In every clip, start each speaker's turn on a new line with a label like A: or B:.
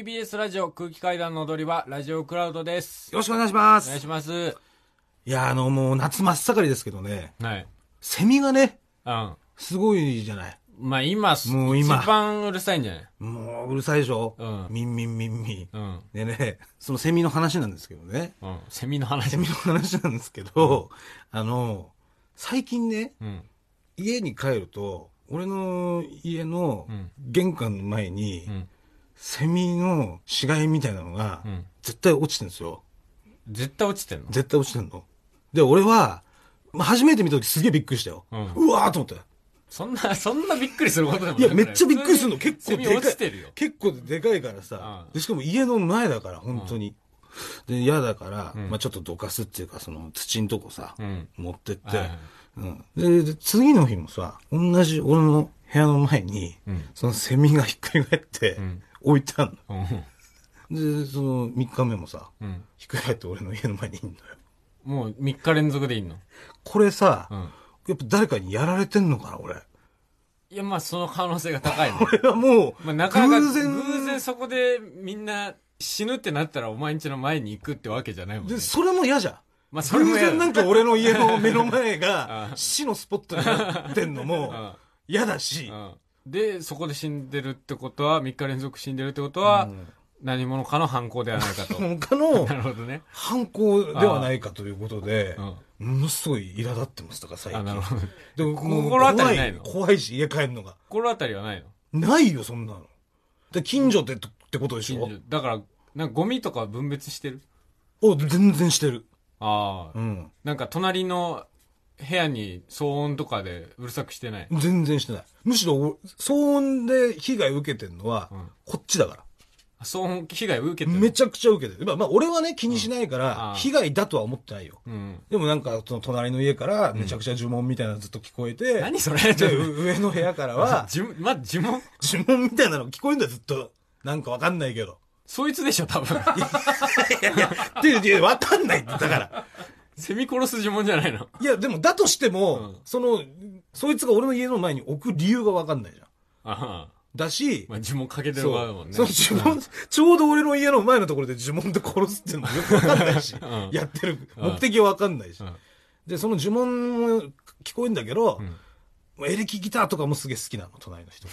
A: TBS ラジオ空気階段の踊り場、ラジオクラウドです。
B: よろしくお願いしま
A: お願い
B: す。
A: します。
B: いや、あの、もう夏真っ盛りですけどね、
A: はい。
B: セミがね、
A: うん。
B: すごいじゃない。
A: まあ今、
B: もう今
A: 一番うるさいんじゃない
B: もううるさいでしょ、
A: うん
B: ミンミンミンミン。
A: うん。
B: でね、そのセミの話なんですけどね。
A: うん。セミの
B: セ
A: 話。
B: ミの話なんですけど、あの、最近ね、
A: うん。
B: 家に帰ると、俺の家の
A: うん
B: 玄関の前に、
A: うん。
B: セミの死骸みたいなのが
A: う、ん。
B: 絶対落ちてるんですよ。
A: 絶対落ちてんの
B: 絶対落ちてんの。で、俺は、まあ初めて見た時すげえびっくりしたよ。
A: う
B: うんわーと思った。
A: そんな、そんなびっくりすることでもない
B: いや、めっちゃびっくりするの。結構
A: セ
B: で
A: ミ
B: かい。
A: 落ちてるよ。
B: 結構でかいからさ
A: うん。
B: でしかも家の前だから、本当に。で、嫌だから、
A: ん
B: まあちょっとどかすっていうか、その土んとこさ、
A: うん
B: 持ってって、
A: はいはい
B: うんで。で次の日もさ、同じ俺の部屋の前に、
A: うん
B: そのセミがひっくり返って、
A: ん
B: 置いてあん
A: うん。
B: の。で、その3日目もさ、
A: うん。
B: ひっくり返って俺の家の前にいんのよ。
A: もう3日連続でいいの。
B: これさ、
A: うん。
B: やっぱ誰かにやられてんのかな、俺。
A: いや、まあその可能性が高いね。
B: これはもう、
A: まあなかなか
B: 偶然
A: 偶然そこでみんな死ぬってなったらお前んちの前に行くってわけじゃないもんね
B: で、。それも嫌じゃん。
A: まあそれも
B: 偶
A: 嫌だ
B: 然なんか俺の家の目の前
A: あ
B: が
A: あ
B: 死のスポットになってんのも嫌だし、
A: うんで、そこで死んでるってことは、3日連続死んでるってことは、
B: うん
A: 何者かの犯行ではないか と。
B: 他の
A: なるほどね。
B: 犯行ではないかということで
A: う、ん。
B: ものすごい苛立ってますとから最
A: あ、なる
B: 近。
A: ほど。
B: でももう
A: 心当たりないの
B: 怖怖いし、家帰るのが。
A: 心当たりはないの
B: ないよ、そんなの。で、近所でってことでし
A: 近
B: ょ
A: 所。だから、なんかゴミとか分別してる
B: お、全然してる。
A: ああ、
B: うん。
A: なんか隣の部屋に騒音とかでうるさくしてない。
B: 全然してない。むしろお、騒音で被害受けてんのは
A: うん、
B: こっちだから。
A: 騒音被害を受けてる。
B: めちゃくちゃ受けてる。まあ、まあ、俺はね、気にしないか
A: うんあ
B: ら
A: あ、
B: 被害だとは思ってないよ。
A: うん。
B: でもなんか、その隣の家から、めちゃくちゃ呪文みたいなのずっと聞こえて、
A: 何 それ
B: で、う上の部屋からは、
A: じゅま、呪文
B: 呪文みたいなの聞こえんだよ、ずっと。なんかわかんないけ ど。
A: そいつでしょ、多 分。
B: いやいや、ででわかんないって、だから。
A: セミ殺す呪文じゃないの。
B: いや、でも、だとしても、
A: うん
B: その、そいつが俺の家の前に置く理由がわかんないじゃん。
A: ああ。
B: だし、
A: まあ、呪文かけて
B: そ
A: る
B: う
A: 側だもんね。
B: その呪文、ちょうど俺の家の前のところで呪文で殺すっていうのもよくわかんないし、
A: ん
B: やってる目的はわかんないし、
A: うん
B: で、その呪文も聞こえんだけど、
A: ん
B: エレキギターとかもすげえ好きなの、隣の人。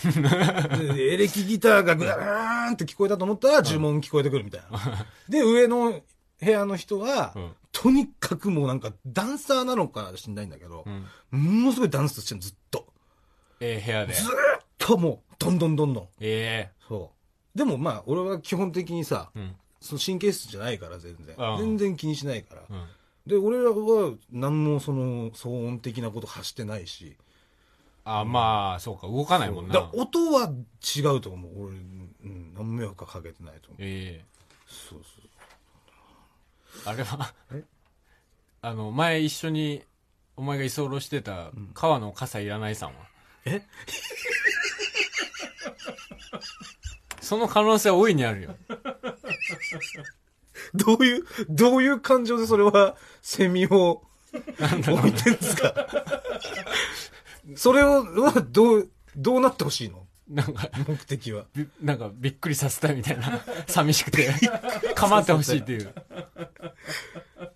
B: でエレキギターがグラーンって聞こえたと思ったら呪文聞こえてくるみたいな。で、上の部屋の人は、
A: うん
B: とにかくもうなんかダンサーなのか知んないんだけど
A: う、ん。
B: ものすごいダンスしてるのずっと。
A: ええ部屋で。
B: ずーっともう、どんどんどんどん。
A: え
B: そう。でもまあ、俺は基本的にさ、
A: えうん。
B: その神経質じゃないから全然
A: ああ。
B: 全然気にしないから。
A: うん。
B: で、俺らは何もその騒音的なこと発してないし。
A: あ、まあ、そうか、動かないもん
B: だ
A: な
B: から。音は違うと思う。俺、うん、何も迷惑はかけてないと思う。
A: え
B: そう
A: え
B: そう。
A: あれは
B: え、
A: あの、前一緒に、お前が居候してた、川の傘いらないさんは。
B: え
A: その可能性は大いにあるよ。
B: どういう、どういう感情でそれは、セミを置いてんですか それを、どう、どうなってほしいの
A: なんか、
B: 目的は。
A: びなんか、びっくりさせたいみたいな。 寂しくて。構ってほしいっていう。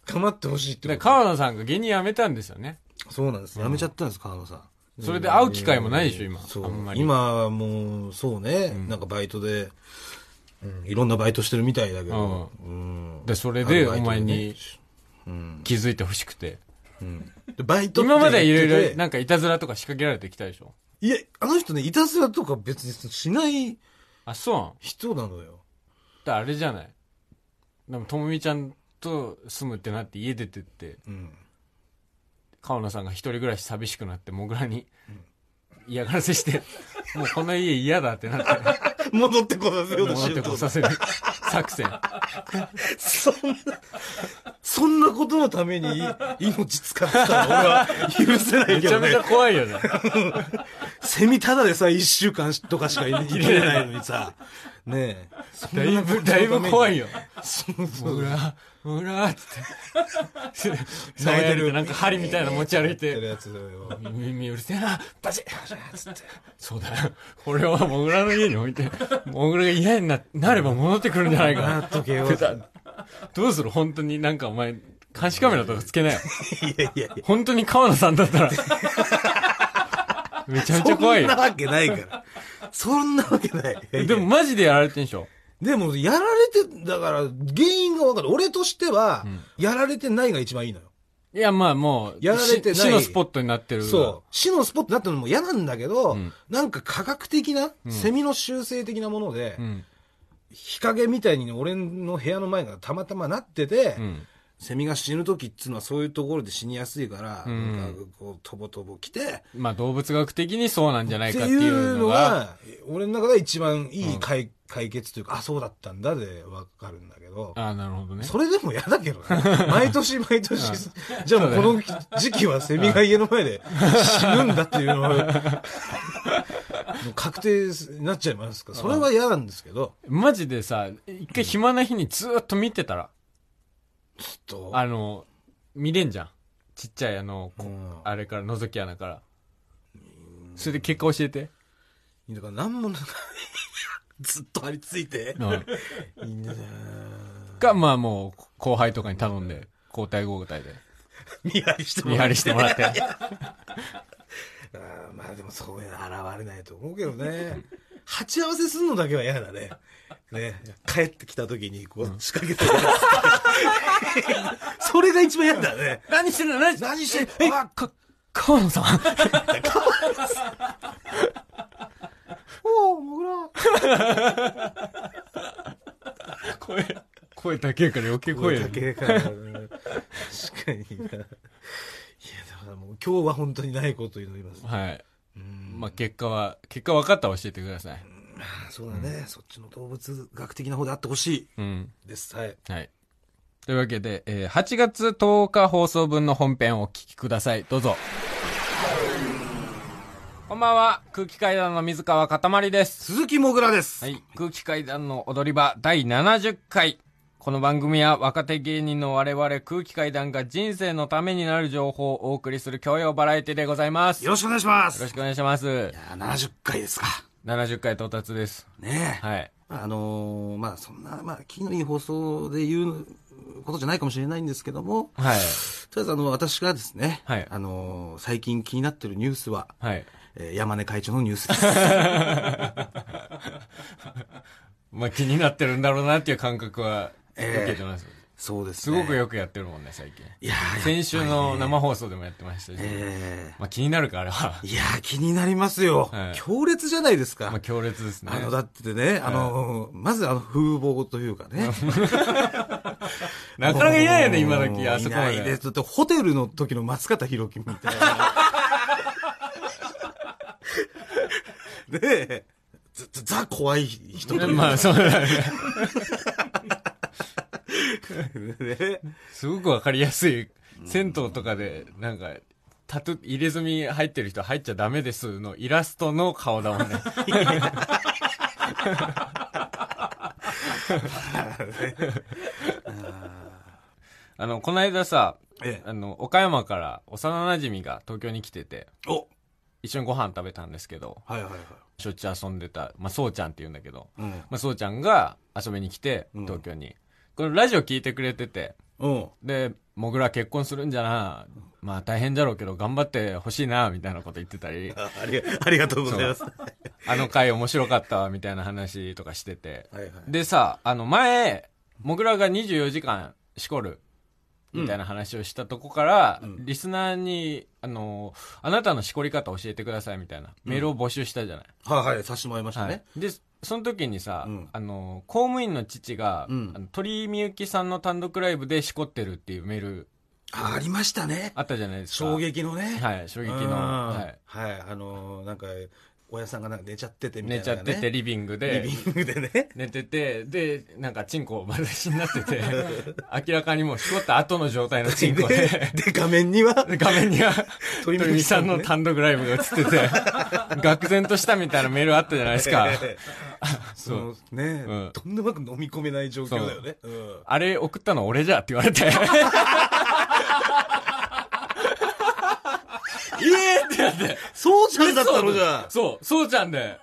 B: かまってほしいってこ
A: で
B: と
A: 川野さんが芸人辞めたんですよね。
B: そうなんです。やめちゃったんです、河野さん。
A: それで会う機会もないでしょ今
B: そう
A: あんまり
B: 今はもう、そうね、なんかバイトで、うんいろんなバイトしてるみたいだけど。うん
A: で、それ
B: ある
A: で、
B: バイト
A: お前に
B: ねうん。
A: 気づいてほしくて。
B: でバイトって
A: 今までいろ
B: 言って
A: い
B: て
A: ろ、なんか、いたずらとか仕掛けられてきたでしょ。
B: いや、あの人ね、いたずらとか別にしない
A: あ、そう。
B: 人なのよ。
A: だからあれじゃないでもともみちゃんと住むってなって家出てって
B: うん。
A: 川野さんが一人暮らし寂しくなってもぐらに嫌がらせ してもうこの家嫌だってなって
B: 戻ってこさせようと
A: 戻
B: し
A: ってて
B: る
A: こさせる作戦
B: そんな、そんなことのために命使ってたの俺は許せない
A: め
B: け
A: ちゃ
B: ど
A: め
B: ね
A: ちゃ。怖いよね
B: セミただでさ、一 週間とかしか生きれないのにさ、ねえ。
A: だいぶだいぶ怖い
B: よ。
A: よ
B: そうそ
A: もぐ
B: う。
A: ら、もぐらって。
B: 泣
A: 泣
B: い
A: い
B: て
A: て
B: る
A: る。なんか針みたいなの持ち歩い
B: やってる
A: て。
B: やつだよ。
A: 耳うるせえな。
B: バチッつって。
A: そうだよ。俺はもぐらの家に置いて、もぐらが嫌にななれば戻ってくるんじゃないか
B: な
A: な。
B: っとけよ。い
A: 出たどうする本当になんかお前、監視カメラとかつけなよ。
B: やいやいや。
A: 本当に川野さんだ ったら。めちゃめちゃ怖い
B: そんな
A: よ。
B: わけないから。そんなわけない。 いやいや
A: でも、マジでやられてんでしょ
B: でも、やられて、だから、原因がわかる。俺としては、やられてないが一番いいのよ。
A: いや、まあもう、
B: やられてない
A: し死のスポットになってる。
B: そう。死のスポットになってるのも嫌なんだけど、
A: うん
B: なんか科学的な、
A: うん
B: セミの習性的なもので、
A: うん。
B: 日陰みたいに俺の部屋の前がたまたまなってて、
A: うん。
B: セミが死ぬ時っつうのはそういうところで死にやすいから、
A: うん
B: なんかこう、とぼとぼ来て、
A: まあ動物学的にそうなんじゃない
B: って
A: かって
B: い
A: いう
B: うの
A: のが。
B: が、俺の中で一番いい解,、解決というか、あ、そうだったんだでわかるんだけど、
A: ああ、なるほどね。
B: それでも嫌だけ どね。毎年毎年、じゃあもうこの時期はセミが家の前で死ぬんだって いうのは、もう確定になっちゃいますから、それは嫌なんですけど、
A: マジでさ、一回暇な日にずーっと見てたら、
B: ちょっと、
A: あの、見れんじゃん。ちっちゃいあの、こ
B: うん
A: あれから、覗き穴から。それで結果教えて。
B: だから何もなんか ずっと張り付いて、いいんだな
A: か、まあもう、後輩とかに頼んで、交代交代で、
B: 見張りしても
A: 見
B: ら
A: 張
B: って
A: りしてもらって。
B: あーまあでもそういうの現れないと思うけどね。鉢合わせすんのだけは嫌だね。ね。帰ってきた時にこう仕掛けてるやつ それが一番嫌だね。
A: 何してるの何してる
B: 何して
A: え、
B: るあ
A: か、河野さん
B: おお、もぐら。
A: 声、声だけやから余計声
B: だけから、ね。確かにな。いや、だからもう今日は本当にないことを祈ります。
A: はい。
B: うん。
A: まあ結果は、結果分かったら教えてください。
B: まあそうだね、そっちの動物学的な方であってほし
A: うん。
B: いです。はい。
A: はい。というわけで、えー8月10日放送分の本編をお聞きください。どうぞ。こんばんは、空気階段の水川かたまりです。
B: 鈴木もぐらです。
A: はい、空気階段の踊り場第70回。この番組は若手芸人の我々空気階段が人生のためになる情報をお送りする教養バラエティでございます。
B: よ
A: よ
B: ろしくお願いします。
A: ろ
B: い
A: しくお願いします。
B: や、70回ですか。
A: 70回到達です。
B: ねえ。
A: はい。
B: まああのーまあそんな、まあ、気のいい放送で言うことじゃないかもしれないんですけども、
A: はい。
B: とりあえずあの、私がですね、
A: はい
B: あのー最近気になってるニュースは、
A: はい。
B: えー山根会長のニュースです。
A: まあ気になってるんだろうなっていう感覚は受けてます。
B: そうです
A: す
B: ね。
A: ごくよくやってるもんね、最近。
B: いやー
A: 先週の生放送でもやってましたし。
B: え
A: まあ気になるか、あれは
B: ー。いやー気になりますよ。
A: はい
B: 強烈じゃないですか。
A: まあ強烈ですね。
B: あの、だってね、あのーまずあの、風貌というかね。
A: なかなかいないよね、
B: も
A: 今
B: う
A: 時、あそこま
B: いないで
A: で。
B: す。だってホテルの時の松方弘樹み たいな。で、ずっとザ怖い人という
A: ま
B: か
A: あ、そうだね。
B: ね。
A: すごくわかりやすい。銭湯とかで、なんか、タトゥー、入れ墨入ってる人入っちゃダメですのイラストの顔だも んね。あの、この間さ、
B: ええ
A: あの、岡山から幼馴染が東京に来てて、
B: お
A: 一緒にご飯食べたんですけど、
B: はいはいはい。
A: しょっちゅう遊んでた、まあ、そうちゃんって言うんだけど、
B: うん。
A: まあ、そうちゃんが遊びに来て、
B: うん
A: 東京に。これラジオ聞いてくれてて、
B: うん。、
A: で、もぐら結婚するんじゃな、まあ大変じゃろうけど頑張ってほしいな、みたいなこと言ってたり
B: あありがありがとうございます。はい
A: あの回面白かったわ、みたいな話とかしてて。
B: はい。
A: でさ、あの前、もぐらが24時間しこる、みたいな話をしたとこから、
B: うん
A: リスナーに、あの、あなたのしこり方教えてください、みたいなメールを募集したじゃない。
B: はいはい、さしてもらいました
A: は
B: ね
A: い。、でその時にさ、
B: うん
A: あの公務員の父が、
B: うん
A: あの鳥居みゆきさんの単独ライブでしこってるっていうメール
B: あありましたね。
A: あったじゃないですか
B: 衝撃のね。
A: はい衝撃
B: うん
A: の、はい、
B: はい。あのーなんか、親さんがなんか寝ちゃっててみたい
A: 寝
B: な、
A: ちゃってて、リビングで。
B: リビングでね。
A: 寝てて、で、なんか、チンコ丸出しになって て、明らかにもう、しこった後の状態のチンコ で、
B: で、画面には、
A: で画面には、
B: 鳥
A: 鳥
B: 海
A: 海
B: さ
A: さ
B: ん
A: ん
B: の
A: の
B: ね
A: 単独ライブが映ってて、愕然としたみたいなメールあったじゃないです か。
B: そのね、
A: うん
B: とんでもなく飲み込めない状況だよね。うん
A: あれ送ったの俺じゃって言わ れて。 ええーってなって。
B: そうちゃんだったのじゃあ。
A: そう、そうちゃんで。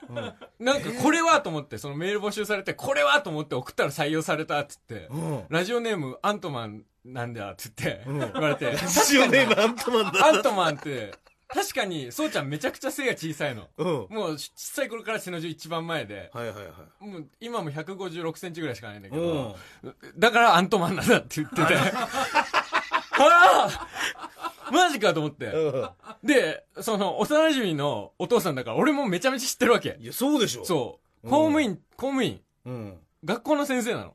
A: なんかこれはと思って、そのメール募集されて、これはと思って送ったら採用されたっつって、
B: うん
A: ラジオネームアントマンなんだって言って、
B: ん
A: 言われ て、
B: 一応ね、アントマン
A: ア
B: だ。
A: ントマンって、確かに、そうちゃんめちゃくちゃ背が小さいの。
B: うん。は
A: もう小さい頃から背の字一番前で、
B: いはいはい。
A: もう今も156センチぐらいしかないんだけ
B: うん
A: ど、。だからアントマンなんだって言ってて。 ああマジかと思って。
B: うん
A: で、その、幼馴染のお父さんだから、俺もめちゃめちゃ知ってるわけ。
B: いや、そうでしょ。
A: そう。
B: うん
A: 公務員、公務員。
B: う。うん。
A: 学校の先生なの。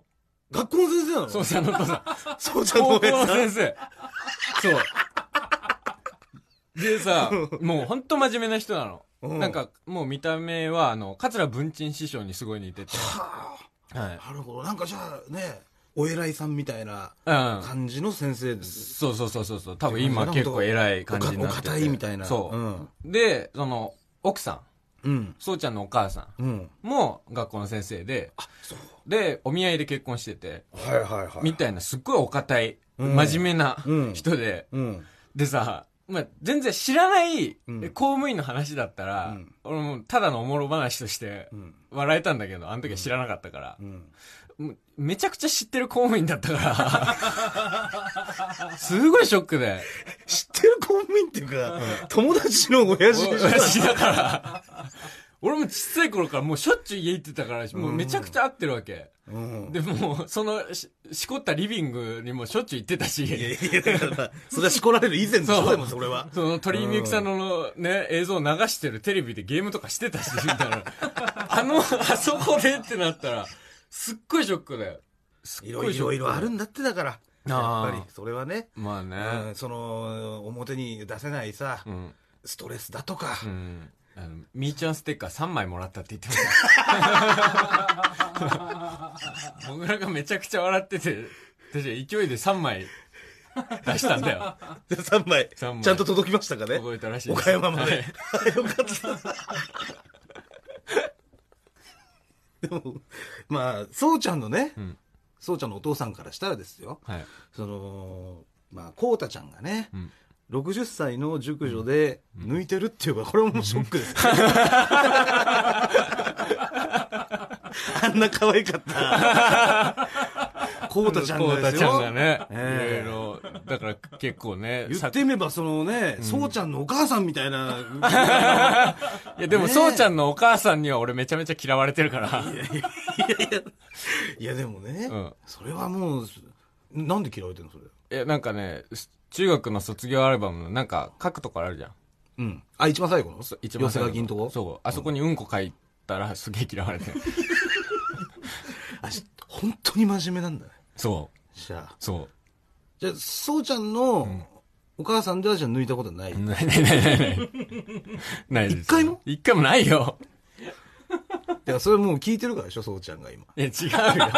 B: 学校の先生なの
A: そうちゃんのお父さん。
B: そう ちゃんの
A: 高
B: お
A: 校
B: や
A: の
B: さん。
A: 先生。そう。で さ、もうほんと真面目な人なの。
B: うん
A: なんか、もう見た目は、あの、桂文鎮師匠にすごい似てて。
B: は
A: はい。
B: あなるほど。なんかじゃあね、お偉いさんみたいな
A: うん。
B: 感じの先生です。
A: そうそうそうそうそう。多分今結構偉い感じになってて。
B: お堅いみたいな。
A: そう。
B: うん。
A: で、その、奥さん、
B: うん。
A: そうちゃんのお母さ
B: うん。
A: んも学校の先生で、
B: そう。
A: で、お見合いで結婚してて、
B: はいはいはい。
A: みたいな、すっごいお堅い、
B: うん
A: 真面目な
B: うん
A: 人で、
B: うん。
A: でさ、まあ、全然知らない
B: うん
A: 公務員の話だったら、
B: うん
A: 俺もただのおもろ話として
B: うん。
A: 笑えたんだけど、あの時は知らなかったから
B: う、ん。
A: もうめちゃくちゃ知ってる公務員だったから、 すごいショックで、
B: 知ってる公務員っていうか、友達の親父じゃん
A: 親父だから、俺も小さい頃からもうしょっちゅう家行ってたから、もうめちゃくちゃ会ってるわけ。
B: うん。
A: でも、そのし、しこったリビングにもしょっちゅう行ってた
B: いや
A: し、
B: いや、だから、それはしこられる以前でし
A: そ
B: ょ、
A: う
B: でもそれは。
A: その鳥居みゆきさんのね、映像を流してるテレビでゲームとかしてたし、みたい な。あの、あそこでってなったら、すっごいショックだよ。す
B: い
A: っ
B: ろ
A: ごい
B: い
A: ショッ
B: ろ
A: ク。
B: いろあるんだってだから。
A: あ
B: や
A: ー
B: っぱり、それはね。
A: まあ
B: う
A: ね
B: ん。その、表に出せないさ
A: う、ん。
B: ストレスだとか。
A: うん。あの、みーちゃんステッカー3枚もらったって言ってま した。僕らがめちゃくちゃ笑ってて、私は勢いで3枚出したんだ よ。
B: 3枚。ち
A: 三枚
B: ゃんと届きましたかね。
A: 覚えたらしいです
B: 岡山ま
A: は
B: で
A: い。
B: よかった。でも、まあ、そうちゃんのね
A: うん、
B: そうちゃんのお父さんからしたらですよ。
A: はい。
B: その、まあ、こうたちゃんがね
A: う、ん。
B: 60歳の熟女で抜いてるっていうか、これももうショックです。 あんな可愛かった。こうたちゃん
A: こ
B: が
A: う
B: で
A: た
B: す
A: ちゃんが
B: よ。
A: ね、
B: え
A: い
B: え
A: ろいろ、だから結構ね、
B: 言
A: さ
B: ってみれば、そのね、そうちゃんのお母さんみたいな。
A: いやでも、
B: ねえ
A: そうちゃんのお母さんには俺めちゃめちゃ嫌われてるから、
B: いや、でもね、
A: うん
B: それはもう、なんで嫌われてるのそれ。
A: いやなんかね、中学の卒業アルバムのなんか書くとこあるじゃん。
B: うん。あ、一番最後の
A: そう一番最後
B: 寄せ書きのとこ
A: そう。あそこにうんこ書いたらすげえ嫌われてる。
B: あ、し本当に真面目なんだね。
A: そう。
B: じゃあ。
A: そ
B: じゃあ、そうちゃんのお母さんではじゃあ抜いたことはない。
A: う。ないないないないない。ないです。
B: 一回も
A: 一回もないよ。
B: いや、それもう聞いてるからでしょ、そうちゃんが今。
A: いや、違うよ。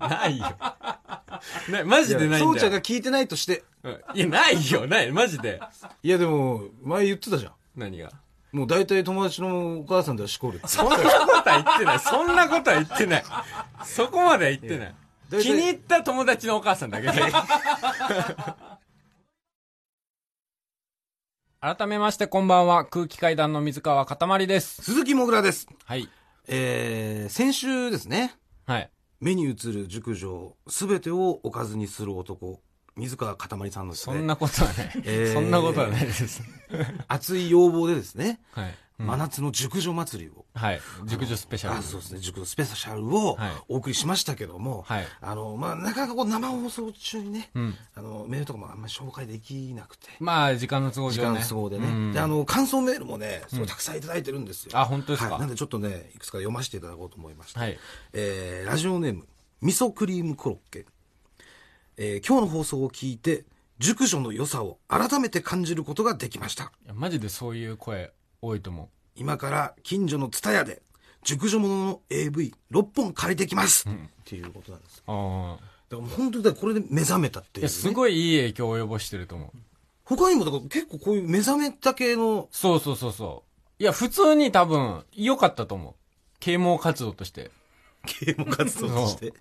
A: ないよ。なマジでないんだよ。
B: そうちゃんが聞いてないとして。
A: うんいや、ないよ、ない、マジで。
B: いや、でも、前言ってたじゃん。
A: 何が。
B: もう大体友達のお母さんではしこるって。
A: そんなことは言ってない。そんなことは言ってない。そこまでは言ってない。
B: 大体
A: 気に入った友達のお母さんだけで。 改めましてこんばんは。空気階段の水川かたまりです。
B: 鈴木もぐらです。
A: はい。
B: えー、先週ですね。
A: はい。
B: 目に映る熟女、すべてをおかずにする男、水川かたまりさんのです
A: そん
B: ね、
A: なことはない。
B: えー
A: そんなことはない です。
B: 熱い要望でですね、
A: はい。
B: 真夏の熟女祭りを、
A: はい。熟女スペシャ
B: あ
A: ル。
B: そうですね、熟女スペシャルを
A: はい
B: お送りしましたけども、
A: はい
B: あの、まあ、なかなかこう生放送中にね、
A: ん
B: あの、メールとかもあんまり紹介できなくて、
A: まあ、時間の都合
B: 時
A: 上
B: 間
A: ね。
B: の都合でね、
A: うん
B: であの感想メールもね、すごいたくさんいただいてるんですよ。
A: あ本当ですか
B: はいなんでちょっとね、いくつか読ませていただこうと思いました。
A: はい
B: えーラジオネーム、味噌クリームコロッケ。えー今日の放送を聞いて、熟女の良さを改めて感じることができました。
A: いやマジでそういう声多いと思
B: 今から近所の蔦屋で、熟女ものの AV6 本借りてきます、っていうことなんです。
A: ああ。
B: だからもう本当にだからこれで目覚めたって
A: い
B: いう、
A: や、
B: ね。
A: すごいいい影響を及ぼしてると思う。
B: 他にもだから結構こういう目覚めた 系の、
A: そうそうそうそう。いや、普通に多分、良かったと思う。啓蒙活動として。
B: 啓蒙活動として、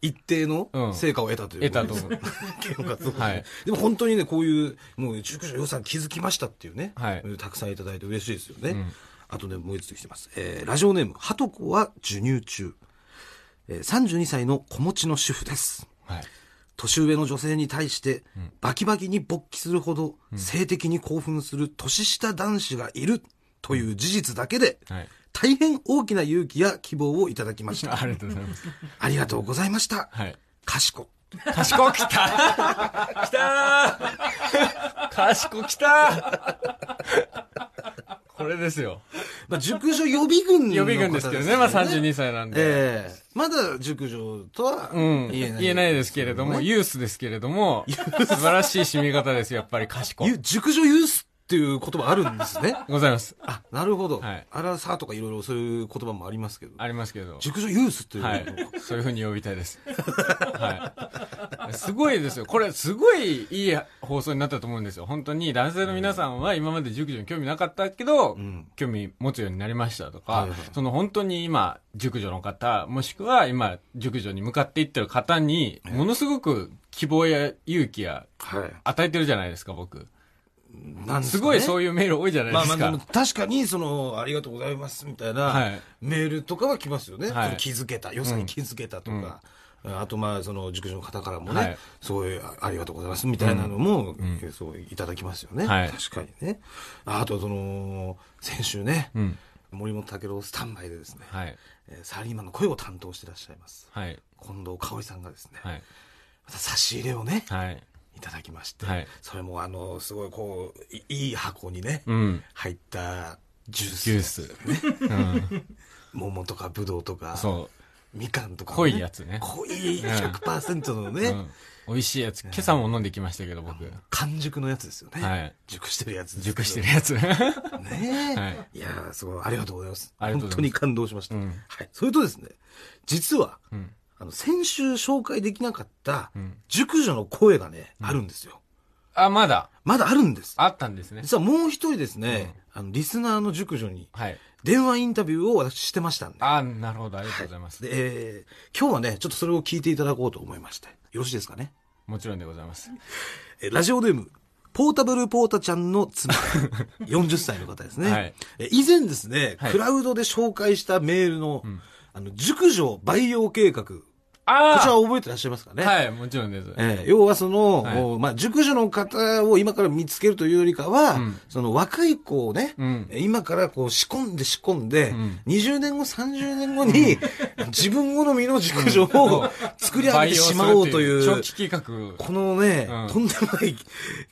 B: 一定の
A: うん
B: 成果を得たという、
A: 得たと思う。
B: 啓蒙活動として、
A: はい
B: でも本当にね、こういう、もう、熟女予算気づきましたっていうね、
A: はい
B: たくさんいただいて嬉しいですよね。
A: ん
B: あとね、もう一つ来てます。えーラジオネーム、はとこは授乳中。えー32歳の子持ちの主婦です。
A: はい。
B: 年上の女性に対して、バキバキに勃起するほど性的に興奮する年下男子がいるという事実だけで、
A: はい。
B: 大変大きな勇気や希望をいただきまし た。
A: ありがとうございます。
B: ありがとうございました。
A: はい。
B: 賢い。
A: 賢 きたきたー賢きたーこれですよ。
B: まあ、熟女予備軍の方
A: 予備軍ですけどね、まあ32歳なんで。
B: ええまだ熟女とは
A: うん。
B: 言えない。
A: 言えないですけれども、ユースですけれども、素晴らしい締め方ですよ、やっぱり賢い
B: ゆ。熟女ユースっていう言葉ある んですね。
A: ございます。
B: あ、なるほど。
A: はい
B: アラサーとかいろいろそういう言葉もありますけど。
A: ありますけど。
B: 熟女ユースっていう。
A: はい。そういうふうに呼びたいです。はい。すごいですよ。これ、すごいいい放送になったと思うんですよ。本当に男性の皆さんは今まで熟女に興味なかったけど、
B: ん
A: 興味持つようになりましたとか、
B: はいはい
A: その本当に今、熟女の方、もしくは今、熟女に向かっていってる方に、ものすごく希望や勇気や
B: はい。
A: 与えてるじゃないですか、僕。
B: なんですかね
A: ごいそういうメール多いじゃないで
B: まあますあ
A: か。
B: でも確かにその、ありがとうございますみたい
A: は
B: ないメールとかは来ますよね。
A: はい
B: その気づけた、良さに気づけたとか。あとまあその熟女の方からもね、
A: はい
B: そういうあありがとうございますみたいなのも、そういただきますよね、
A: はい
B: 確かにねああとその先週ね、
A: うん。
B: 森本武郎スタンバイでですね、
A: はい。
B: えーサラリーマンの声を担当してらっしゃいます
A: はい。
B: 近藤香織さんがですね、
A: はい。
B: また差し入れをね
A: はい。
B: いただきまして、
A: はい
B: それもあのすごいこういいい箱にね、
A: うん。
B: 入ったジュース
A: ジュース。うん。
B: 桃とかぶどうとか
A: そう。
B: みかんとか、
A: 濃いやつね
B: 濃い100%のね、
A: うん、美味しいやつ今朝も飲んできましたけど僕
B: 完熟のやつですよね、
A: はい
B: 熟してるやつですけど
A: 熟してるやつ は
B: ねえ、、
A: はい
B: やーすごいありがとうございます
A: ありがとうござい
B: 本
A: ます
B: 当に感動しました、
A: うん
B: はい、それとですね実は、
A: ん
B: あの先週紹介できなかった
A: ん
B: 熟女の声がね、あるんですよ
A: あまだ
B: まだあるんです
A: あったんですね
B: 実はもう一人ですね、あのリスナーの熟女に
A: はい
B: 電話インタビューを私してましたんで
A: あなるほどありがとうございます、
B: で、えー今日はねちょっとそれを聞いていただこうと思いましてよろしいですかね
A: もちろんでございます
B: えーラジオネーム、ポータブルポータちゃんの 妻、40歳の方ですね。
A: はい
B: えー以前ですね、
A: はい
B: クラウドで紹介したメールの、あの、熟女培養計画、こちら
A: あ
B: は覚えてらっしゃいますかね。
A: あはいもちろんです、
B: えー要はその、
A: はい
B: もうまあ、熟女の方を今から見つけるというよりかは、
A: うん
B: その若い子をね、
A: うん
B: 今からこう仕込んで仕込んで、
A: ん
B: 20年後、30年後に、自分好みの熟女を 作り上げてしまおうという、
A: 長期企画
B: このね、
A: うん
B: とんでもない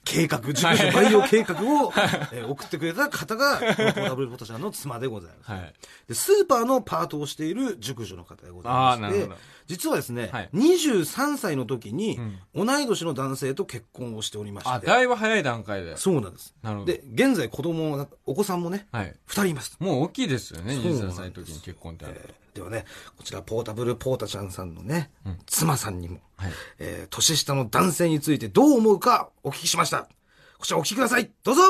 B: 計画、自分の培養計画 を、えー送ってくれた方が、このポータブルポタちゃんの妻でございます、
A: はい
B: で。スーパーのパートをしている熟女の方でござい
A: あーな
B: まし
A: る
B: て
A: ほど、
B: 実はですね、
A: はい
B: 23歳の時に、
A: う
B: 同い年の男性と結婚をしておりまし
A: あ
B: て、
A: だいぶ早い段階で
B: そうなんです。
A: なるほど
B: で、現在子供が、お子さんもね、
A: はい
B: 2人います。
A: もう大きいですよね
B: そうなんで
A: 23
B: す
A: 歳の時に結婚ってあると
B: えーではね、こちらポータブルポータちゃんさんのね、妻さんにも、
A: はい
B: えー年下の男性についてどう思うかお聞きしました。こちらお聞きください。どうぞ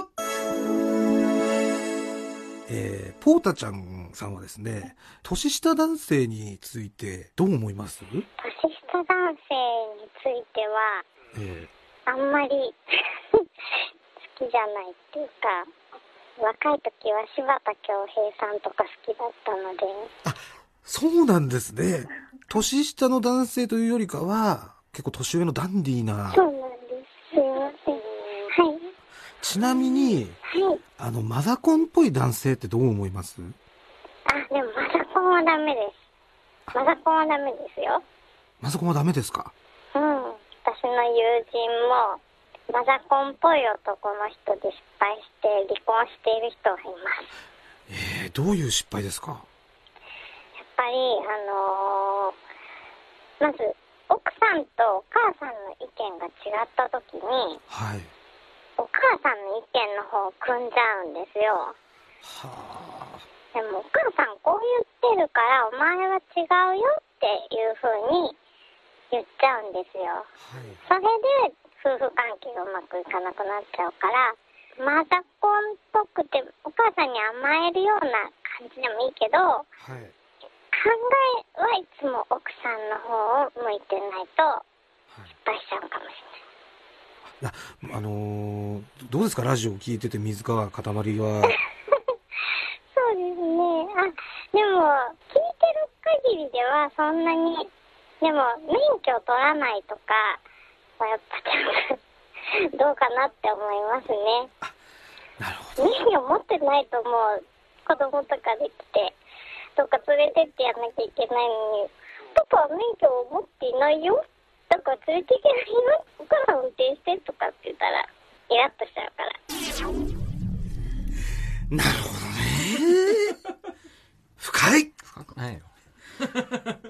B: えー、ポータちゃんさんはですね、年下男性についてどう思います
C: 年下男性については
B: え
C: あんまり 好きじゃないっていうか若い時は柴田恭平さんとか好きだったので
B: そうなんですね。年下の男性というよりかは、結構年上のダンディーな
C: そ。うなんですすいませんはい
B: ちなみに、
C: はい
B: あの、マザコンっぽい男性ってどう思います
C: あでもマザコンはダメですマザコンはダメですよ
B: マザコンはダメですか
C: うん私の友人もマザコンっぽい男の人で失敗して離婚している人がいます
B: えーどういう失敗ですか
C: やっぱり、あのーまず、奥さんとお母さんの意見が違ったときに、
B: はい。
C: お母さんの意見の方を組んじゃうんですよ。
B: は
C: でもお母さんこう言ってるからお前は違うよっていう風に言っちゃうんですよ
B: はい
C: それで夫婦関係がうまくいかなくなっちゃうからマザコンっぽくてお母さんに甘えるような感じでもいいけど
B: はい
C: 考えはいつも奥さんの方を向いてないと失敗しちゃうかもし
B: あのーどうですかラジオ聞いてて水川かたまりは
C: れないそうですねあでも聞いてる限りではそんなにでも免許取らないとかはやっぱちょっと どうかなって思いますね
B: なるほ
C: 免許持ってないともう子供とかできてどっか連れてってやんなきゃいけないのにパパは免許を持っていないよだから連れていけないよお母さん運転してとかって言ったらイラッとしちゃうから
B: どなるほどね深い、
D: 深くないよ。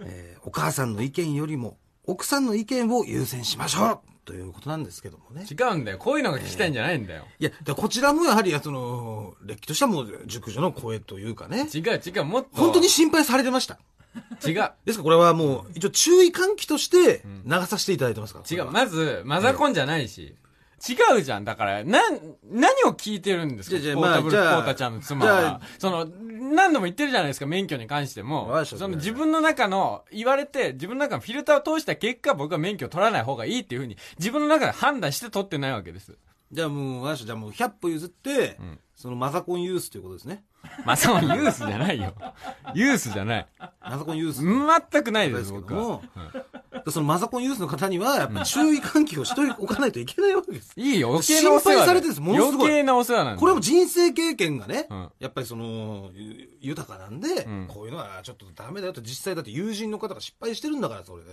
B: えーお母さんの意見よりも奥さんの意見を優先しましょうということなんですけどもね
A: 違うんだよ。こういうのが聞きたいんじゃないんだよ。
B: いやだからこちらもやはりそのれっきとしたもう熟女の声というかね
A: 違う違う、もっと。
B: 本当に心配されてました
A: 違う。
B: ですからこれはもう一応注意喚起として流させていただいてますから
A: 違う。
B: これは
A: まず、マザコンじゃないし。違うじゃん。だから、な、何を聞いてるんですか
B: じゃあじゃあ
A: ポータブルポ
B: まあじゃあ
A: ータちゃんの妻
B: じゃあ
A: は。その、何度も言ってるじゃないですか、免許に関して
B: わかり
A: も。
B: ました
A: その自分の中の、言われて、自分の中のフィルターを通した結果、僕は免許を取らない方がいいっていうふうに、自分の中で判断して取ってないわけです。
B: じゃあもう私じゃあもう100歩譲って、
A: ん
B: そのマザコンユースということですね
A: まあ、そのユースじゃ ないよ。ユースじゃない。
B: マザコンユース、
A: 全くない
B: で
A: ですす、
B: けど
A: 僕は。
B: も、そのマザコンユースの方には、やっぱり注意喚起をしておかないといけないわけです。
A: いいよ、余計なお世話だよ。
B: 心配されてるんですものすごい
A: 余計なお世話なんだよ
B: これも人生経験がね、
A: うん
B: やっぱりその、ゆ豊かなんで、
A: ん
B: こういうのはちょっとダメだよと、実際だって友人の方が失敗してるんだから、それで。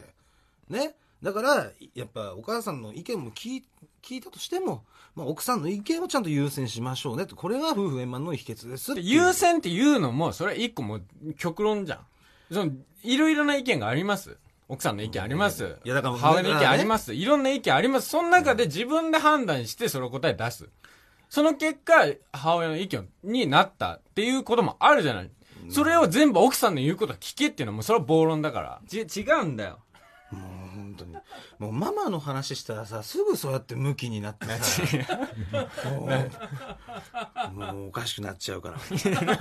B: ね。だから、やっぱお母さんの意見も聞い聞いたとしても、まあ、奥さんの意見をちゃんと優先しましょうねってこれが夫婦円満の秘訣ですって
A: で
B: いう
A: 優先って言うのも、それは一個もう極論じゃん。その、いろいろな意見があります。奥さんの意見あります。
B: いやだから
A: 母親の
B: だ
A: 意
B: か
A: 見
B: らね
A: あります。いろんな意見あります。その中で自分で判断して、その答え出す。その結果、母親の意見になったっていうこともあるじゃない。それを全部奥さんの言うことは聞けっていうのはもうそれは暴論だから。ち、違うんだよ。
B: もう本当に。もうママの話したらさ、すぐそうやって向きになってさ。もうもうおかしくなっちゃうから。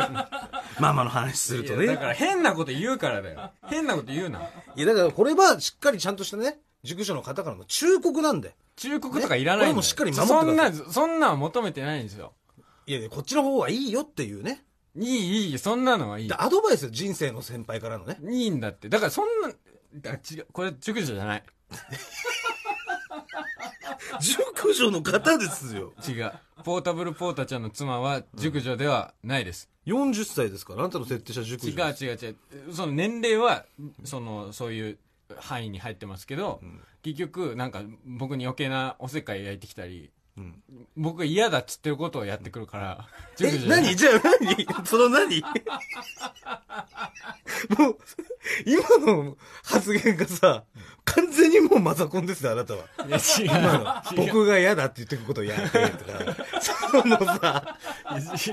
B: ママの話するとね。
A: いやだから変なこと言うからだよ。変なこと言う な。
B: いやだからこれはしっかりちゃんとしたね、塾所の方からの忠告なんで。
A: 忠告とかいらないんだよ
B: ねこれもしっかり守ってください
A: そんな、そんなんは求めてないんですよ。
B: いやいや、こっちの方はいいよっていうね。
A: いい、いい、そんなのはいい
B: で。アドバイスよ人生の先輩からのね。
A: いいんだって。だからそんな、だ違う、これ、熟女じゃない。
B: 塾所の方です よ。
A: 違う。ポータブルポータちゃんの妻は、熟女ではないです。
B: 40歳ですから、あなたの設定した塾
A: 違
B: 女。
A: う違う違う。その年齢は、その、そういう範囲に入ってますけど、結局、なんか、僕に余計なおせっかい焼いてきたり、
B: うん
A: 僕が嫌だっつってることをやってくるから、熟女
B: え、
A: じゃない
B: 何じゃ あ何その何 もう、今の発言がさ、完全にもうマザコンですね、あなたは。
A: いや違
B: 今
A: う。
B: の、僕が嫌だって言ってくことをやってと か、そのさ、
A: 違う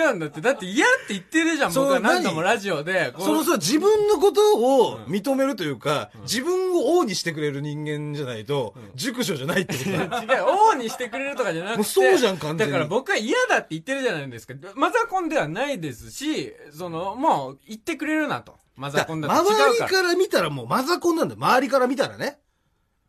A: 違うんだって。だって嫌って言ってるじゃん、
B: そう
A: 僕は何
B: 何
A: 度もラジオで。こう
B: そのさ、自分のことを認めるというか、自分を王にしてくれる人間じゃないと、熟女じゃないってことだ よ。
A: 違う、王にしてくれるとかじゃなく
B: も
A: て。
B: うそうじゃん完全に
A: だから僕は嫌だって言ってるじゃないですか。マザコンではないですし、その、もう言ってくれるなと。マザコンだと違
B: 周
A: う
B: り
A: から。
B: から見たらもうマザコンなんだよ。周りから見たらね。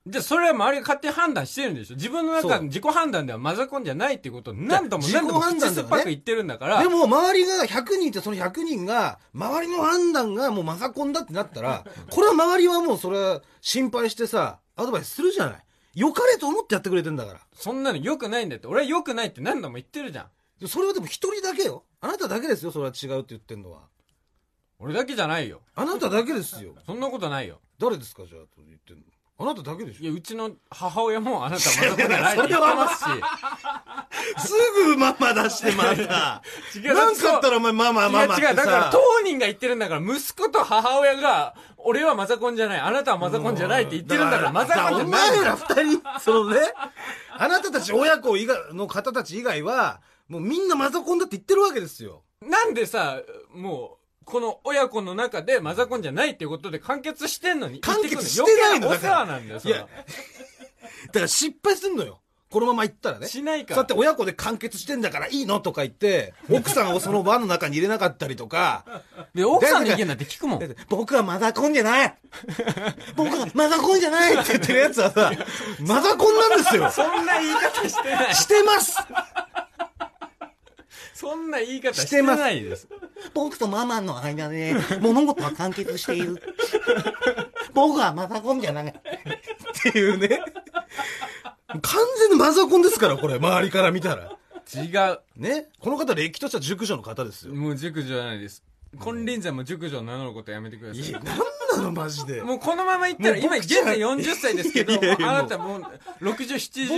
A: じゃあそれは周りが勝手に判断してるんでしょ自分の
B: そ
A: 中
B: う
A: の自己判断ではマザコンじゃないっていうことを何度も
B: だ
A: 何度も
B: 自己判断
A: 口
B: だよね
A: 酸っぱく言ってるんだ から。
B: でも周りが100人いてその100人が周りの判断がもうマザコンだってなったら これは周りはもうそれは心配してさアドバイスするじゃない良かれと思ってやってくれてんだから
A: そんなの良くないんだって。俺は良くないって何度も言ってるじゃん。
B: でそれはでも一人だけよあなただけですよそれは違うって言ってんのは
A: 俺だけじゃないよ。
B: あなただけですよ
A: そんなことないよ。
B: 誰ですかじゃあと言ってんのあなただけでし
A: いや、うちの母親もあなたマザコンじゃないって言ってますし。
B: ょすぐママ出して また
A: 違う
B: なんかあったらお前ママママっ
A: い
B: て
A: や
B: さ
A: 違う、だから当人が言ってるんだから、息子と母親が、俺はマザコンじゃない、あなたはマザコンじゃないって言ってるんだから、マザコンじゃない
B: お
A: ん
B: 前
A: だよ。
B: ら二人、そ のね、あなたたち親子以外の方たち以外は、もうみんなマザコンだって言ってるわけですよ。
A: なんでさ、もう、この親子の中でマザコンじゃないっていうことで完結してんのに。
B: 完結してないの
A: 余
B: だ
A: 計なお世話
B: から
A: なんだよ、そ
B: いや
A: れ。
B: だから失敗すんのよ。このまま行ったらね。
A: しないか
B: だ
A: ら
B: って親子で完結してんだからいいのとか言って、奥さんをその輪の中に入れなかったりとか、
A: で、奥さんの意見だって聞くもん
B: だっ。て僕はマザコンじゃない僕はマザコンじゃないって言ってるやつはさ、マザコンなんですよ
A: そんな言い方してない。
B: してます
A: そんな言い方してないです。
D: 僕とママの間で物事は完結している。 僕はマザコンじゃない。
B: っていうね。完全にマザコンですから、これ、周りから見たら。
A: 違
B: ね。この方、歴としては熟女の方です
A: う。
B: よ。
A: もう熟女じゃないです。金輪際も熟女を名乗ることやめてください。
B: いや、なんなの、マジで。
A: もうこのままいったら、
B: もう
A: 今
B: 僕
A: 現
B: じゃ
A: 在40歳ですけど、
B: いやいやい
A: も
B: や
A: うあなたもう60、70
B: 僕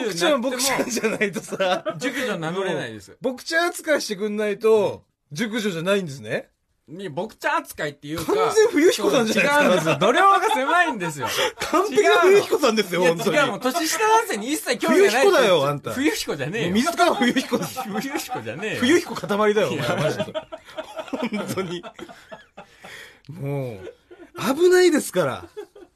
A: に
B: ちゃ、
A: なんっ
B: 僕ちゃん
A: て
B: じゃないとさ
A: も、、熟女名乗れないです。
B: 僕ちゃん扱いしてくんないと、熟女じゃないんですね。
A: に僕ちゃん扱いっていうか。
B: 完全冬彦さんじゃないです
A: そ
B: か
A: う違うんですよ。度量が狭いんですよ。
B: 完璧な冬彦さんです
A: い
B: よ、
A: や、
B: 本当に。
A: 違うもん。年下男性に一切興味がないって。
B: 冬彦だよあんた
A: 冬彦じゃねえよ。
B: 水川冬彦です。
A: 冬彦じゃねえよ。
B: 冬彦塊だよ、お
A: いや
B: 前、マジで。本当に。もう、危ないですから。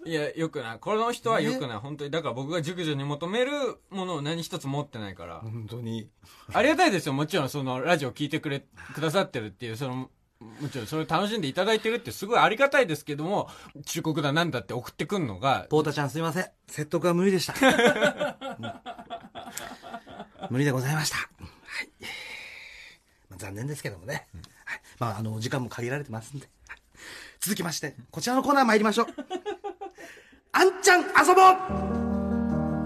A: いや、よくない。この人はよくない。本当に。だから僕が熟女に求めるものを何一つ持ってないから。
B: 本当に。
A: ありがたいですよ。もちろん、その、ラジオ聞いてくれ、くださってるっていう、その、もちろん、それを楽しんでいただいてるってすごいありがたいですけども、忠告だなんだって送ってくんのが、
D: ポータちゃんすいません。説得は無理でした。うん無理でございました。はい。まあ残念ですけどもね。はい。まあ、あの、時間も限られてますんで。はい続きまして、こちらのコーナー参り ましょう。あんちゃん遊ぼう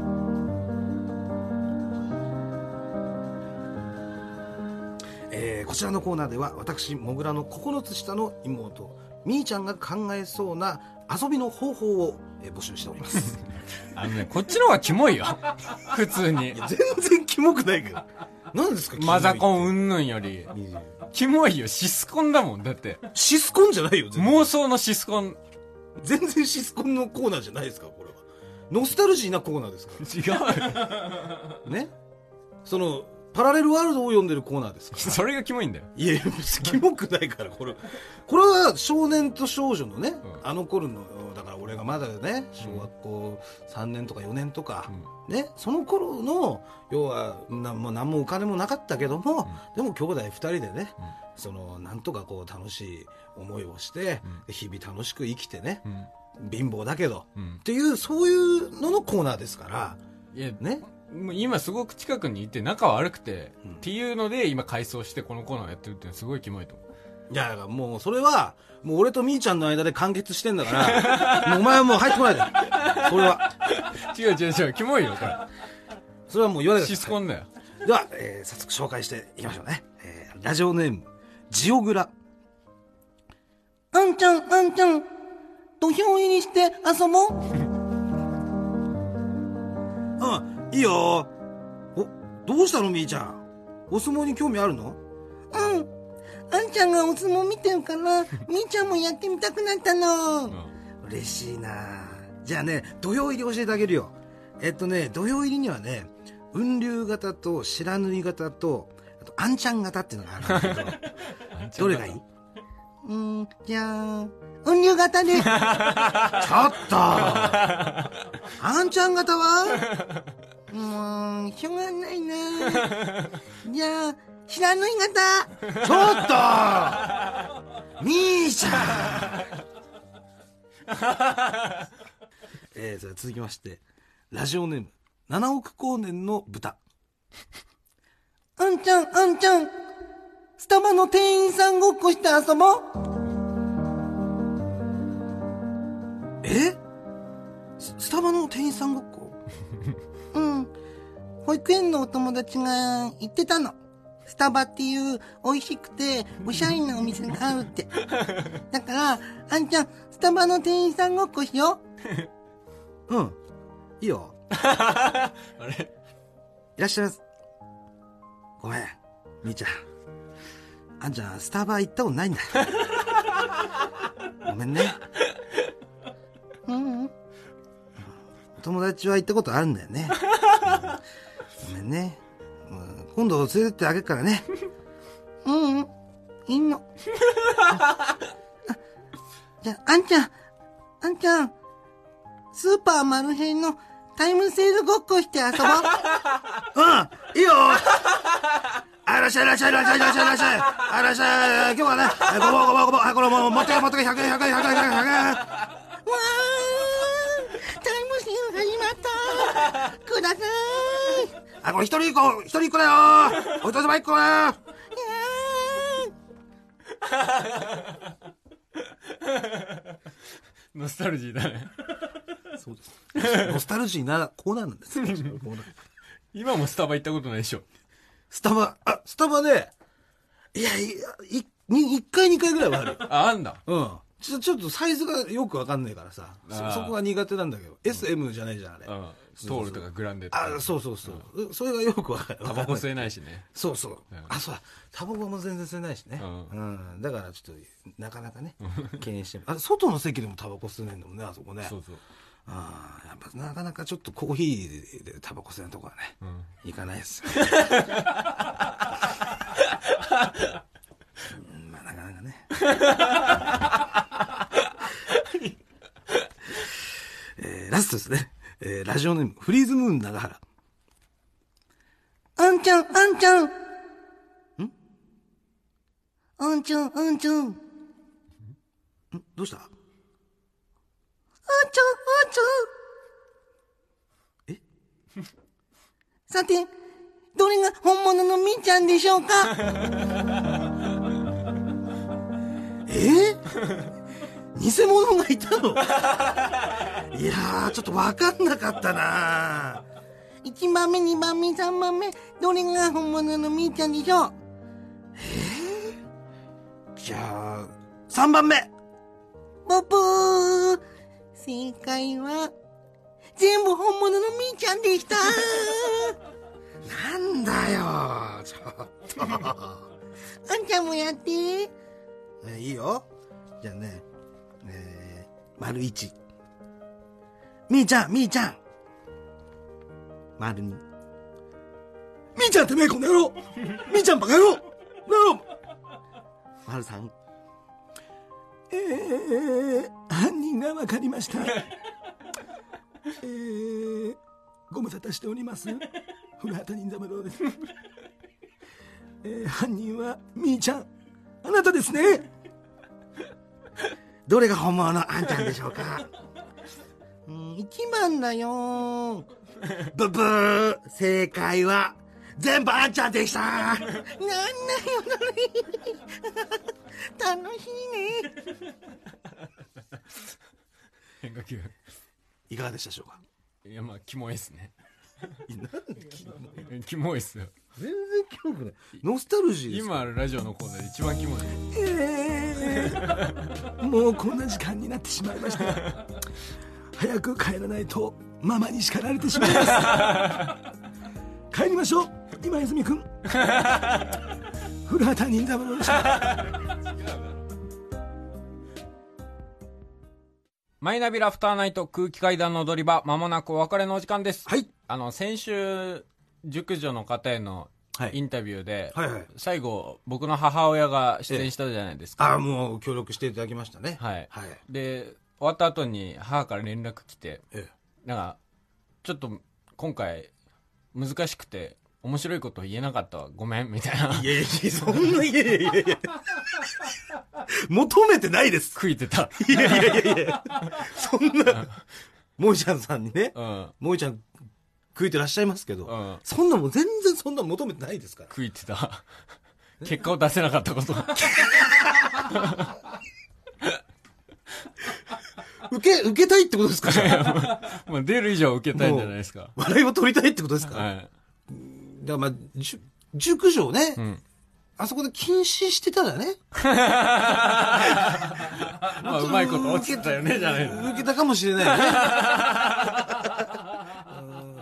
D: えーこちらのコーナーでは私もぐらの9つ下の妹みーちゃんが考えそうな遊びの方法を、えー募集しております
A: あのね、こっちの方がキモいよ。普通に。
B: 全然キモくないから。何ですか、キモい
A: マザコン云々より。キモいよ。シスコンだもん。だって、
B: シスコンじゃないよ、全然。
A: 妄想のシスコン。
B: 全然シスコンのコーナーじゃないですから、これは。ノスタルジーなコーナーですか
A: 違う。
B: ら。ね。その、パラレルワールドを読んでるコーナーですから。
A: それがキモいんだよ。
B: いや、キモくないから、これ。これは少年と少女のね、
A: ん
B: あの頃の、だから俺がまだね、小学校3年とか4年とか、ね、その頃の、要は、なもう何もお金もなかったけども、でも兄弟2人でね、その、なんとかこう楽しい思いをして、日々楽しく生きてね、
A: ん
B: 貧乏だけど、
A: うん
B: っていう、そういうののコーナーですから、
A: いや、
B: ね。
A: もう今すごく近くにいて仲悪くて、っていうので今改装してこのコーナーやってるっていうのはすごいキモいと思う。
B: いや、だからもうそれは、もう俺とみーちゃんの間で完結してんだから、もうお前はもう入ってこないで。それは、
A: 違う違う違う、キモいよ、こ
B: それはもう言わな
A: れ。
B: いで
A: シ
B: く
A: ス
B: だ
A: コ
B: さ
A: ンだよ。
B: いでは、えー早速紹介していきましょうね。えーラジオネーム、ジオグラ。
D: あんちゃんあんちゃん土俵入りして遊ぼう
B: うん、いいよ。お、どうしたのみーちゃん。お相撲に興味あるの
D: うんあんちゃんがお相撲見てるからみーちゃんもやってみたくなったの
A: うん
B: 嬉しいなじゃあね、土俵入り教えてあげるよ。えっとね、土俵入りにはね、雲龍型と白塗り型と、あと、あんちゃん型っていうのがあるんだけど、どれがいい
D: うんじゃあ運流 型で
B: ちょっとあんちゃん方は
D: もうしょうがないなじゃあ白縫い型
B: ちょっとみーちゃん えー、じゃあ続きまして、ラジオネーム、7億光年の豚。
D: あんちゃんあんちゃんスタバの店員さんごっこして遊ぼう
B: えススタバの店員さんごっ こ
D: うん。保育園のお友達が言ってたの。スタバっていう美味しくておしゃれなお店があ るって。だから、あんちゃん、スタバの店員さんごっこしよ
B: うん。いい よ。
A: あれ
B: いらっしゃいます。ごめん、みーちゃん。あんちゃん、スタバ行ったことない んだよ。ごめんね。
D: う。うん。
B: お友達は行ったことあるんだよ ね。うんごめんね。うん今度連れてってあげるからね。
D: うん。いいんの。あじゃあ、あんちゃん、あんちゃん、スーパーマルヘンのタイムセールごっこして 遊ぼ
B: う
D: う。
B: ん、いいよ。あいらっしゃいいらっしゃいいらっしゃいいらっしゃいいらっしゃいあいらっしゃい今日はねえごぼうごぼうごぼうあこれもう持ってけ持ってけ100円100円100円100円
D: わータイムセール始まったください
B: あこれ一人一個一人一個だよお人様一個だよ
A: ノスタルジーだね。
B: そうです。ノスタルジーなコーナーなんですよ。コーナー
A: 今もスタバ行ったことないでしょ。
B: スタバ、あ、スタバね、いや、いい、いに一回二回ぐらいはある。
A: あ、あんだ。
B: うん。ちょ、ちょっとサイズがよくわかんないからさ。
A: あー
B: そそこが苦手なんだけど。SM じゃないじゃん、あれ。
A: うん。トールとかグランデとか
B: あ、。そうそうそう。うそれがよくわかる。
A: タバコ吸えないしね。
B: そうそう。
A: ん
B: あ、そうだ。タバコも全然吸えないしね。
A: う
B: うん。だからちょっと、なかなかね、 敬遠してあ、外の席でもタバコ吸えないんだもんね、あそこね。
A: そうそう。
B: ああ、やっぱなかなかちょっとコーヒーでタバコ吸えないとこはね、行かないですよ。うんまあなかなかね。えーラストですね。えーラジオネーム、フリーズムーン長原。
D: あんちゃん、あんちゃん。んあんちゃん、あんちゃん。あんちゃん、あん
B: どうした
D: ちゃん。
B: え
D: さて、どれが本物のみーちゃんでしょうか
B: えー偽物がいたのいやー、ちょっとわかんなかったな
D: ?1 番目、2番目、3番目、どれが本物のみーちゃんでしょう
B: じゃあ、3番目
D: ポポー正解は、全部本物のみーちゃんでした
B: なんだよ、ちょっ
D: あんちゃんもやって。
B: と。ねいいよ。じゃあね、えー、丸一。みーちゃん、みーちゃん。丸二。みーちゃんてめえ、この野郎みーちゃんバカ野郎この野郎丸三。えー、犯人がわかりました。えー、ご無沙汰しております。古畑任三郎です。えー犯人はみーちゃんあなたですねどれが本物のあんちゃんでしょうか
D: うん、一番だよー。
B: ブブー正解は全部あんちゃんでした
D: なんだよ、 それ。楽しいね。
A: 変化球。
B: いかがでしたでしょうか
A: いや、まあ、キモいっすね。
B: なんでキモい
A: キモいっすよ。
B: 全然キモくないノスタルジーです
A: 今あるラジオのコーナーで一番キモい。
B: もうこんな時間になってしまいました早く帰らないとママに叱られてしまいます帰りましょう今泉君古畑任三郎でした
A: マイナビラフターナイト空気階段の踊り場、まもなくお別れのお時間です。
B: はい。
A: あの、先週、熟女の方への
B: はい
A: インタビューで、
B: はいはい
A: 最後、僕の母親が出演したじゃないですか。
B: ああ、もう協力していただきましたね。
A: はい
B: はい。
A: で、終わった後に母から連絡来て、
B: え
A: なんか、ちょっと今回、難しくて、面白いこと言えなかったわ、ごめん、みたいな
B: え。い。やいや、そんな、いやいやいやいや求めてないです。
A: 食いてた。
B: いやいやいやいやそんな、もいちゃんさんにね、
A: うん。
B: もいちゃん食いてらっしゃいますけど、
A: うん
B: そんなもう全然そんな求めてないですから。
A: 食いてた。結果を出せなかったこと。
B: 受け、受けたいってことですか
A: まあ出る以上受けたいんじゃないですか。
B: 笑いを取りたいってことですか、
A: はい。
B: だからまあ、じゅ熟女をね、
A: ん
B: あそこで禁止してたらね、
A: まあ、うまいこと落ちてたよね、じゃないの。
B: 受けたかもしれないよね。 うん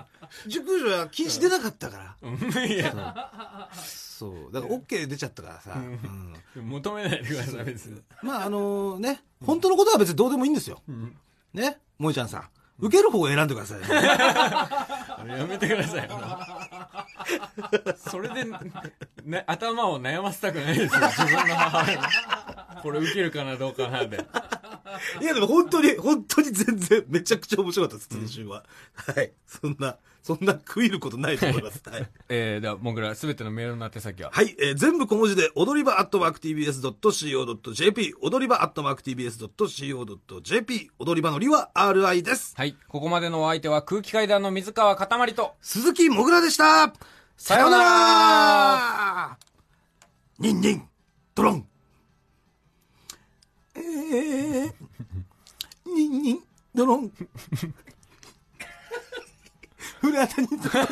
B: 熟女は禁止出なかったから。
A: いや、
B: そう。だから OK 出ちゃったからさ。うん
A: 求めないでください、別に。
B: まああのね、本当のことは別にどうでもいいんですよ。ね、萌ちゃんさん。受ける方を選んでくださいね。
A: やめてください。それで、ね、頭を悩ませたくないですよ。自分の母親にこれ受けるかなどうかなで。
D: いや、でも本当に、本当に全然、めちゃくちゃ面白かったです、先週は。はい。そんな、そんな食いることないと思います。はい。
A: えー、では、もぐら、すべてのメールの宛先は
D: はい、えー全部小文字で、踊り場アットマーク TBS.CO.JP、踊り場アットマーク TBS.CO.JP、踊り場のりは RI です。
A: はい。ここまでのお相手は空気階段の水川かたまりと、
D: 鈴木もぐらでしたさようならニンニン、ドロンえー、ニンニン、ドロン。フラダニンドロン。